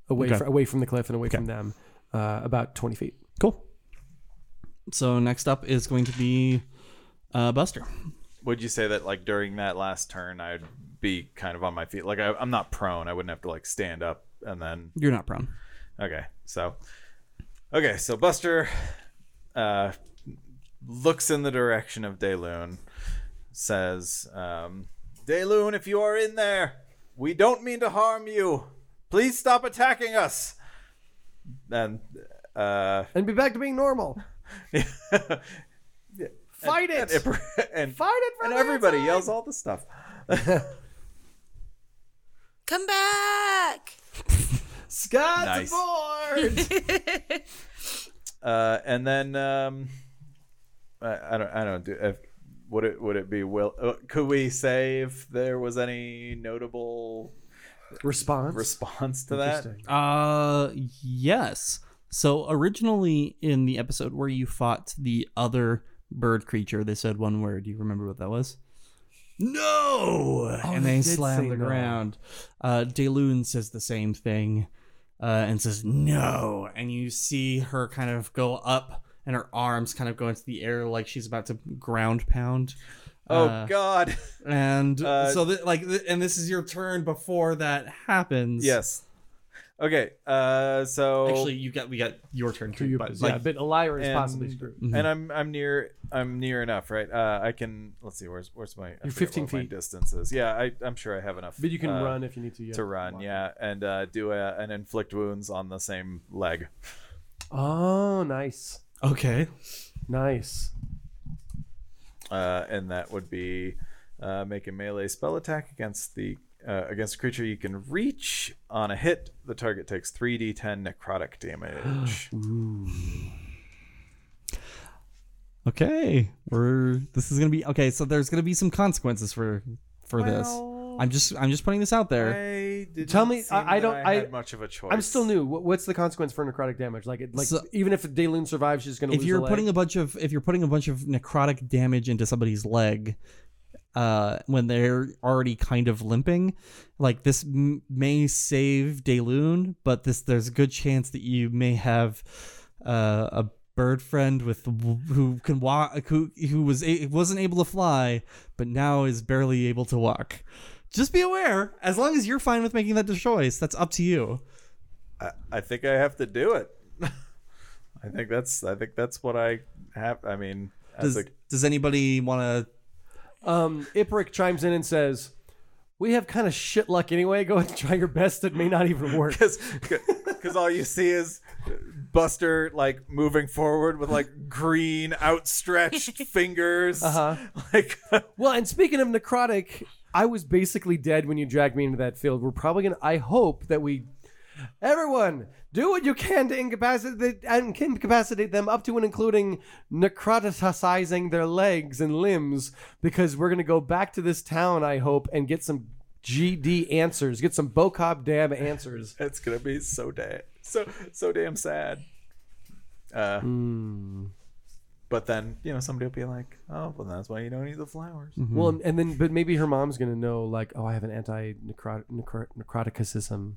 away Okay. fr- away from the cliff and away from them, uh, about twenty feet. Cool. So next up is going to be uh, Buster. Would you say that like during that last turn, I'd be kind of on my feet? Like I, I'm not prone. I wouldn't have to like stand up and then. You're not prone. Okay, so okay, so Buster uh, looks in the direction of Dayloon, says, um, "Dayloon, if you are in there, we don't mean to harm you. Please stop attacking us." And uh, and be back to being normal. Fight it. and, And, and, Fight it. and everybody yells all this stuff. Come back. Scott's Nice. aboard. Uh, and then um, I, I don't I don't do if, would it would it be will uh, could we say if there was any notable response response to that? Uh, yes. So originally in the episode where you fought the other bird creature, they said one word. Do you remember what that was? No. and they they Oh, did slammed say the no. ground. Uh, Dayloon says the same thing, uh, and says no. And you see her kind of go up, and her arms kind of go into the air like she's about to ground pound. Oh Uh, God! And Uh, so, th- like, th- and this is your turn before that happens. Yes. Okay. Uh, so Actually, you got we got your turn too. But, like, Elira and- Mhm. And I'm I'm near I'm near enough, right? Uh, I can let's see where's where's my I forget 15 what my feet. distances. Yeah, I I'm sure I have enough. But you can uh, run if you need to, yeah. To run, yeah, and uh, do a, an inflict wounds on the same leg. Oh, nice. Okay. Nice. uh, and that would be uh, make a melee spell attack against the uh, against a creature you can reach. On a hit, the target takes three d10 necrotic damage. Okay, we're this is gonna be okay. So there's gonna be some consequences for for this. I'm just I'm just putting this out there. Tell me, I, I don't. I had much of a choice. I'm still new. What- What's the consequence for necrotic damage? Like, it, like So- even if Dayloon survives, she's gonna. if lose you're a leg. putting a bunch of if you're putting a bunch of necrotic damage into somebody's leg, uh, when they're already kind of limping. Like this m- may save Dayloon, but this there's a good chance that you may have uh, a bird friend with who can walk, who who was a- wasn't able to fly, but now is barely able to walk. Just be aware. As long as you're fine with making that choice, that's up to you. I, I think I have to do it. I think that's I think that's what I have. I mean, as Does, a, does anybody want to? Um, Iprick chimes in and says, "We have kind of shit luck anyway. Go ahead and try your best. It may not even work." because all you see is Buster like moving forward with like green outstretched fingers. Uh-huh. Like, well, and speaking of necrotic, I was basically dead when you dragged me into that field. We're probably gonna. I hope that we, everyone, do what you can to incapacitate and can incapacitate them up to and including necroticizing their legs and limbs, because we're gonna go back to this town. I hope and get some GD answers, get some Bocob Dam answers. It's gonna be so damn so so damn sad. Uh, But then you know somebody will be like, "Oh, well, that's why you don't eat the flowers." Well, and- and then, but maybe her mom's gonna know, like, oh, I have an anti-necroticism.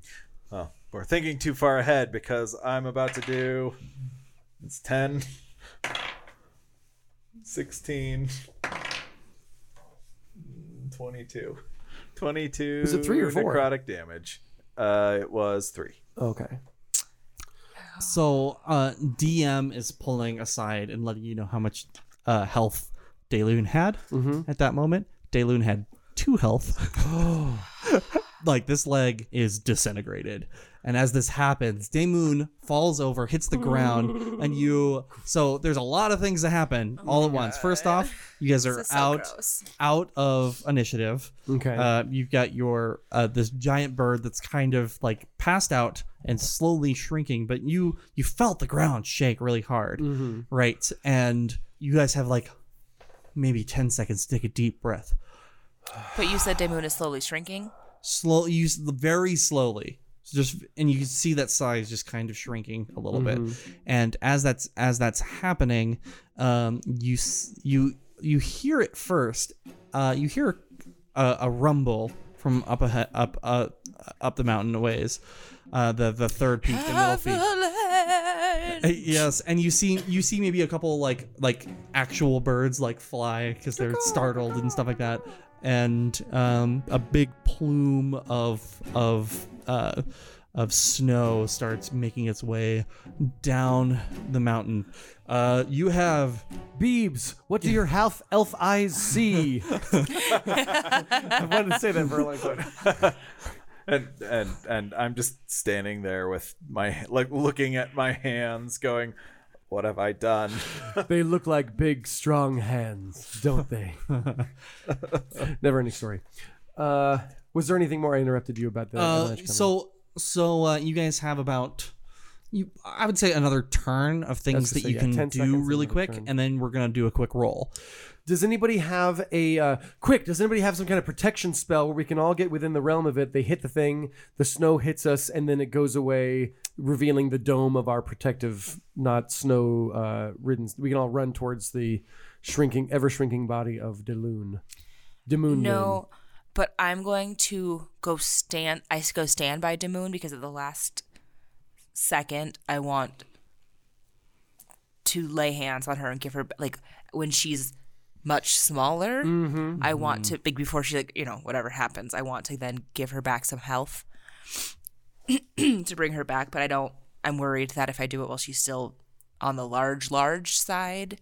Oh, we're thinking too far ahead because I'm about to do. It's 10, 16, 22. 22. Was it three or four? Necrotic damage. Uh, it was three. Okay. So uh, DM is pulling aside and letting you know how much uh, health Dayloon had at that moment. Dayloon had two health. like this leg is disintegrated. And as this happens, Daymoon falls over, hits the ground, and you. So there's a lot of things that happen all at once. First off, you guys Oh This are is so out gross. out of initiative. Okay. Uh, you've got your uh, this giant bird that's kind of like passed out and slowly shrinking, but you you felt the ground shake really hard, Mhm. right? And you guys have like maybe ten seconds to take a deep breath. But you said Daemoon is slowly shrinking. Slow, you s- very slowly. So just and you can see that size just kind of shrinking a little Mhm. bit. And as that's as that's happening, um, you s- you you hear it first. Uh, you hear a, a rumble from up ahead, up uh, up the mountain a ways. Uh, the the third peak, the middle peak. Uh, Yes, and you see you see maybe a couple like like actual birds like fly because they're startled and stuff like that, and um, a big plume of of uh, of snow starts making its way down the mountain. Uh, you have Beebs. What do your half elf eyes see? I wanted to say that for a long time. and and and I'm just standing there with my like looking at my hands, going, "What have I done?" they look like big, strong hands, don't they? Never ending story. Uh, was there anything more I interrupted you about the Uh, avalanche coming? so so uh, you guys have about you I would say another turn of things gonna that say, you yeah, 10 can do seconds, really another quick, turn. and then we're gonna do a quick roll. Does anybody have a uh, quick? Does anybody have some kind of protection spell where we can all get within the realm of it? They hit the thing, the snow hits us, and then it goes away, revealing the dome of our protective, not snow uh, ridden. We can all run towards the shrinking, ever shrinking body of Deloon. Demoon. No, but I'm going to go stand. I s- go stand by Daemoon because at the last second, I want to lay hands on her and give her like when she's much smaller. Mhm. I want to like before she like you know whatever happens. I want to then give her back some health to bring her back. But I don't. I'm worried that if I do it while she's still on the large large side,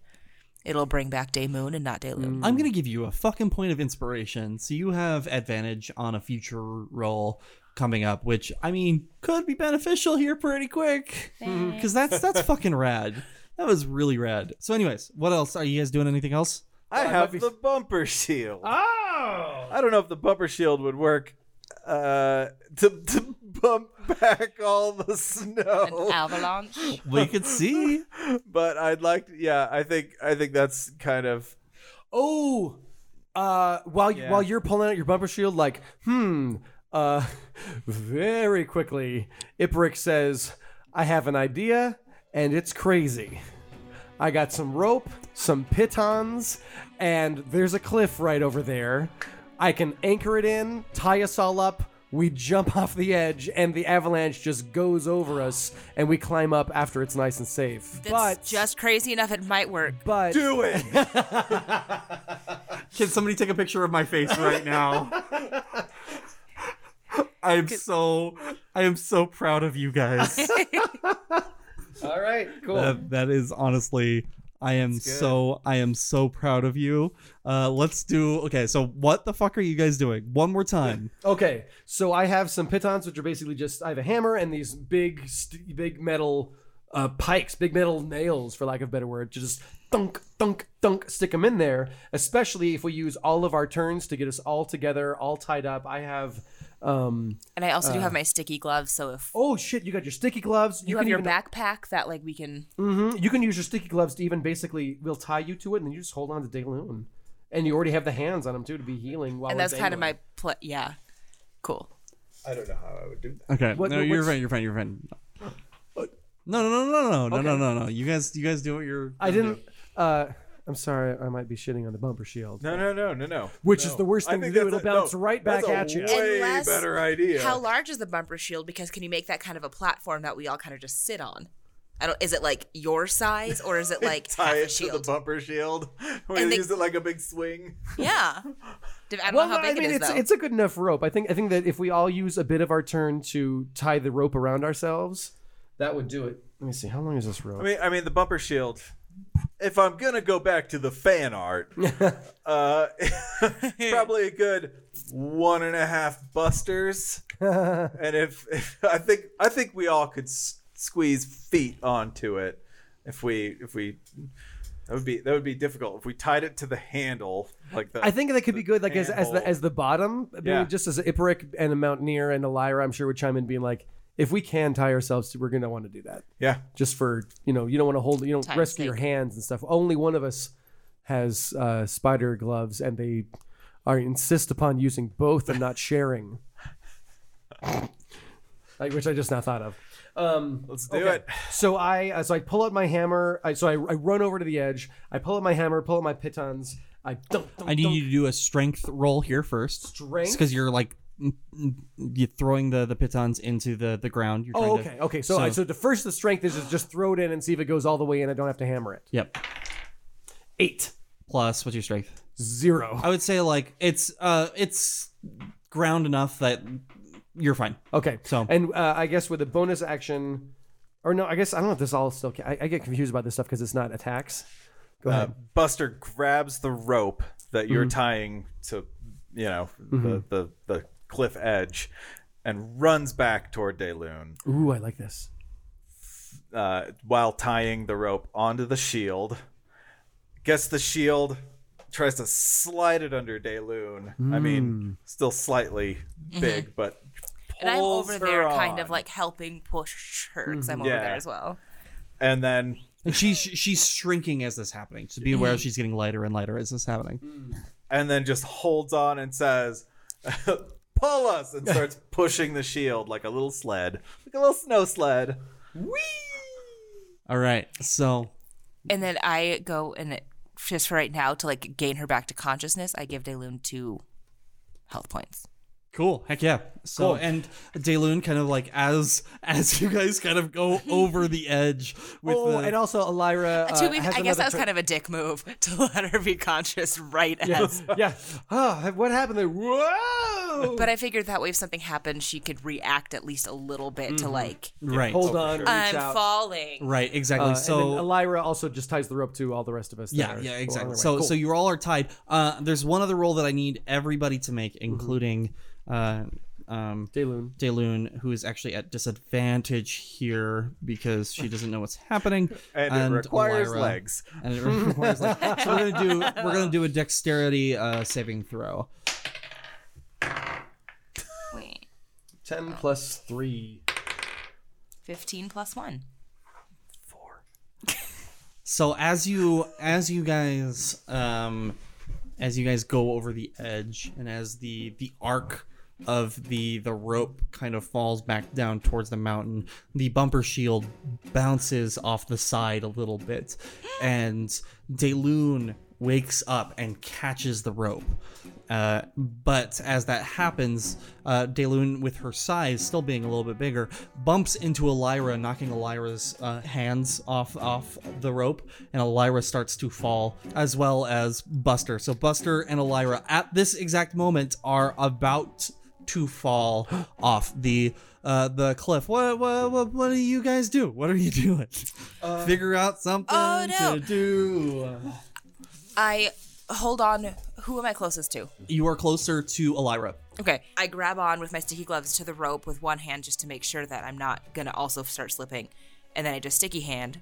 it'll bring back Daymoon and not Dayloon. I'm gonna give you a fucking point of inspiration, so you have advantage on a future roll coming up, which I mean could be beneficial here pretty quick, because that's that's fucking rad. That was really rad. So, anyways, what else are you guys doing? Anything else? I have the bumper shield. Oh! I don't know if the bumper shield would work uh, to, to bump back all the snow. An avalanche. We could see, but I'd like. To, yeah, I think I think that's kind of. Oh, uh, while Yeah. while you're pulling out your bumper shield, like, hmm, uh, very quickly, Iprick says, "I have an idea, and it's crazy. I got some rope, some pitons, and there's a cliff right over there. I can anchor it in, tie us all up. We jump off the edge, and the avalanche just goes over us, and we climb up after it's nice and safe. That's just crazy enough. It might work. But do it. Can somebody take a picture of my face right now? I am so I am so proud of you guys. All right, cool. That- that is honestly, I am so I am so proud of you. Uh, let's do okay. So what the fuck are you guys doing? One more time. Okay, so I have some pitons, which are basically just I have a hammer and these big, st- big metal uh, pikes, big metal nails, for lack of a better word, to just thunk, thunk, thunk, stick them in there. Especially if we use all of our turns to get us all together, all tied up. I have, um, And I also do uh, have my sticky gloves, so if Oh shit! You got your sticky gloves. you, have your backpack, that like we can. hmm You can use your sticky gloves to even basically we'll tie you to it, and then you just hold on to Dayloon. And you already have the hands on them too to be healing. While and we're that's kind of dangling. my pl- yeah. Cool. I don't know how I would do that. Okay. What- no, you're what's- fine. You're fine. You're fine. No, no, no, no, no, no, no, no, no, no. You guys, you guys do what you're. I didn't. Uh, I'm sorry. I might be shitting on the bumper shield. No, no, no, no, no. Which No. is the worst I thing to think do. that's It'll a- bounce no, right back that's a at you. Way Unless- better idea. How large is the bumper shield? Because can you make that kind of a platform that we all kind of just sit on? I don't. Is it like your size, or is it like half tie it a to the shield? bumper shield? We And they- use it like a big swing. yeah. Div- I don't know how no, big I mean, it is it's though. it's a good enough rope. I think I think that if we all use a bit of our turn to tie the rope around ourselves, that would do it. Let me see. How long is this rope? I mean, I mean the bumper shield. If I'm gonna go back to the fan art, uh, probably a good one and a half busters. and if, if I think I think we all could s- squeeze feet onto it, if we if we that would be that would be difficult if we tied it to the handle like that. I think that could be good, like as, as the as the bottom, I mean, Yeah. just as Iperic and a mountaineer and a liar, I'm sure would chime in, being like, if we can tie ourselves, to, we're gonna want to do that. Yeah. just for you know, you don't want to hold, you don't Time's rescue your hands and stuff. Only one of us has uh, spider gloves, and they are insist upon using both and not sharing. like which I just now thought of. Um, Let's do it. So I uh, so I pull out my hammer. I, so I, I run over to the edge. I pull out my hammer. Pull out my pitons. I dunk, dunk, I need dunk, you to do a strength roll here first. Strength? Because you're like mm, mm, you're throwing the the pitons into the the ground. You're Oh, trying to- okay, okay. So, I, so the first, the strength is just, just throw it in and see if it goes all the way in. I don't have to hammer it. Yep. Eight. Plus, what's your strength? Zero. I would say like it's uh it's ground enough that you're fine. Okay. So And uh, I guess with a bonus action, or no, I guess I don't know if this all still. Ca- I, I get confused about this stuff because it's not attacks. Go Uh, ahead. Buster grabs the rope that you're Mhm. tying to, you know, Mhm. the, the the cliff edge, and runs back toward Dayloon Ooh, I like this. uh, while tying the rope onto the shield. Gets the shield, tries to slide it under Dayloon. I Mm. mean, still slightly big, Mhm. but and I'm pulls over her there, kind on. of like helping push her, 'cause I'm Mhm. over Yeah. there as well. And then and she's she's shrinking as this is happening. So be Mm-hmm. aware she's getting lighter and lighter as this is happening. and then just holds on and says, "Pull us!" and starts pushing the shield like a little sled, like a little snow sled. All right. So And then I go and just for right now to like gain her back to consciousness, I give Dayloon two health points. Cool. Heck yeah. So Cool. and Dayloon kind of like as as you guys kind of go over the edge with oh, the and also Elira. Uh, Uh, to be- has I guess another that was tur- kind of a dick move to let her be conscious right Yeah. as. yeah. Oh, what happened there? Whoa! But I figured that way if something happened, she could react at least a little bit to Mhm. like Right. Hold on. Reach I'm out. falling. Right, exactly. Uh, and So- then Elira also just ties the rope to all the rest of us. that yeah, are yeah, along exactly. the way. So Cool. so you all are tied. Uh there's one other roll that I need everybody to make Mm-hmm. including uh um Dayloon. Dayloon who is actually at disadvantage here because she doesn't know what's happening And it requires legs. And it requires legs. So we're going to do we're going to do a dexterity uh saving throw. 10 plus 3. 15 plus one. so as you as you guys um as you guys go over the edge and as the the arc of the the rope kind of falls back down towards the mountain. The bumper shield bounces off the side a little bit, and Dayloon wakes up and catches the rope. Uh, but as that happens, uh, Daylun, with her size still being a little bit bigger, bumps into Elira, knocking Elira's uh, hands off off the rope, and Elira starts to fall, as well as Buster. So Buster and Elira, at this exact moment, are about to fall off the uh, the cliff. What, what what what do you guys do? What are you doing? Figure out something Uh, Oh, no. to do. I hold on. Who am I closest to? You are closer to Elira. Okay, I grab on with my sticky gloves to the rope with one hand just to make sure that I'm not gonna also start slipping, and then I just sticky hand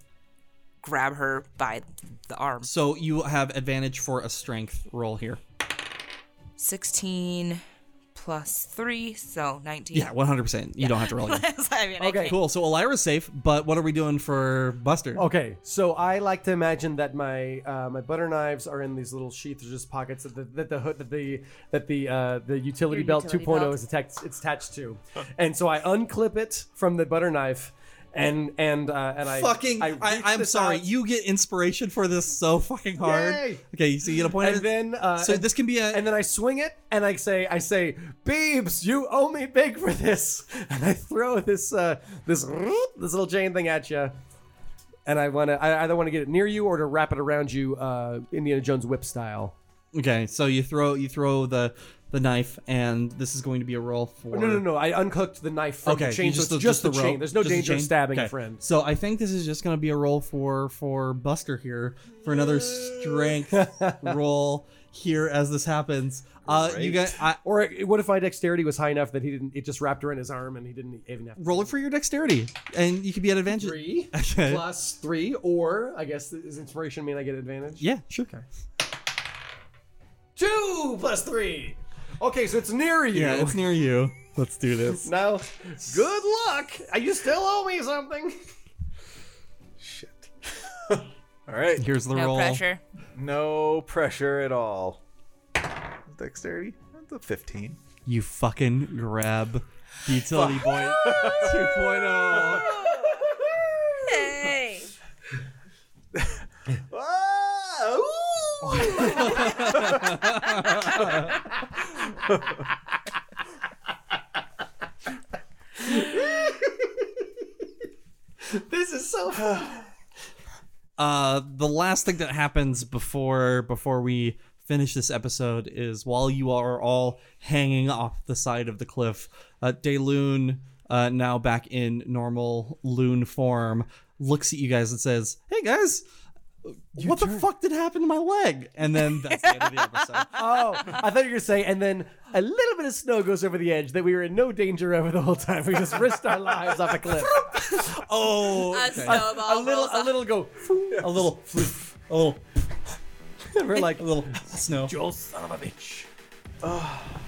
grab her by the arm. So you have advantage for a strength roll here. Sixteen plus three, so nineteen. Yeah, 100%. You don't have to roll again. I mean, okay. Cool. So Elira's safe, but what are we doing for Buster? Okay, so I like to imagine that my uh, my butter knives are in these little sheaths or just pockets that the that the hood that the that the uh, the utility Your belt utility 2.0 belt. is attached it's attached to, and so I unclip it from the butter knife, and and uh, and I fucking. I, I, am sorry. You get inspiration for this so fucking hard. Yay! Okay, so you get a point. and of- then uh, so this can be a and then I swing it and I say I say Beebs, you owe me big for this, and I throw this uh, this this little chain thing at you, and I want to I either want to get it near you or to wrap it around you, uh, Indiana Jones whip style. okay, so you throw you throw the the knife, and this is going to be a roll for. Oh, no, no, no! I uncooked the knife from okay, the chain, you so it's just, the, chain. rope, There's no just the danger of chain. stabbing Okay. a friend. So I think this is just going to be a roll for for Buster here for another strength roll here as this happens. Uh, you guys, I, or eh, what if my dexterity was high enough that he didn't? It just wrapped around his arm and he didn't even have. roll it for your dexterity, and you could be at advantage. Three Okay. plus three, or I guess is inspiration mean I get advantage? Yeah, sure. Two plus three. Okay, so it's near you. Yeah, it's near you. Let's do this. Now, good luck. You still owe me something. All right. Here's the roll. No roll. pressure. No pressure at all. Dexterity. That's a 15. You fucking grab the utility boy oh. 2.0. Hey. Ah, this is so fun. Uh, the last thing that happens before before we finish this episode is while you are all hanging off the side of the cliff, uh, Dayloon, uh, now back in normal loon form, looks at you guys and says, "Hey guys, what the fuck did happen to my leg?" And then that's the end of the episode. oh, I thought you were gonna say, and then a little bit of snow goes over the edge that we were in no danger over the whole time. We just risked our lives off a cliff. Oh, A okay. snowball A little- rolls a little go, a little, floof, a little. we're like a little snow. Joel, son of a bitch. Oh.